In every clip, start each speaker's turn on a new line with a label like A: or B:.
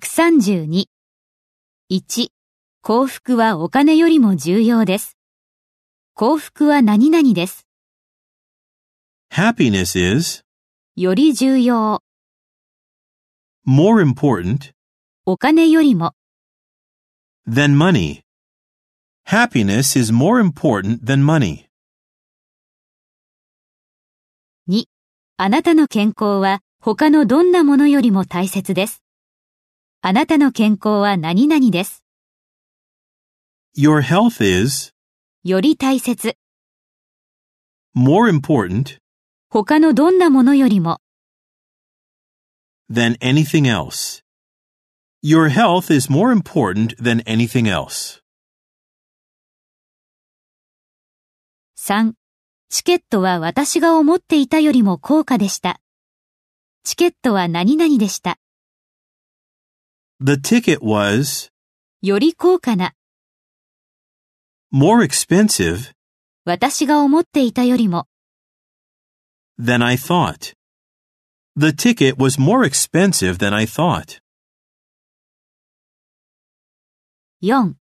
A: 132。1、幸福はお金よりも重要です。幸福は何々です。
B: Happiness is
A: より重要。
B: more important
A: お金よりも。
B: than money. Happiness is more important than money.
A: 2. あなたの健康は他のどんなものよりも大切です。あなたの健康は何々です。
B: Your health is
A: より大切。
B: more important
A: 他のどんなものよりも。
B: than anything else. Your health is more important than anything else.
A: 3. チケットは私が思っていたよりも高価でした。チケットは何々でした。
B: The ticket was
A: より高価な。
B: more expensive
A: 私が思っていたよりも。
B: than I thought. The ticket was more expensive than I thought.
A: 4.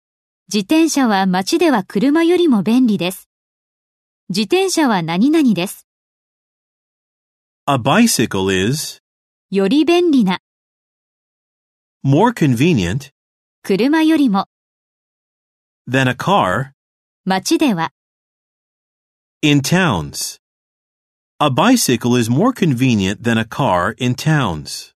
A: 自転車は街では車よりも便利です。自転車は何々です。
B: A bicycle is
A: より便利な。
B: more convenient
A: 車よりも。
B: than a car
A: 街では、
B: in towns. A bicycle is more convenient than a car in towns.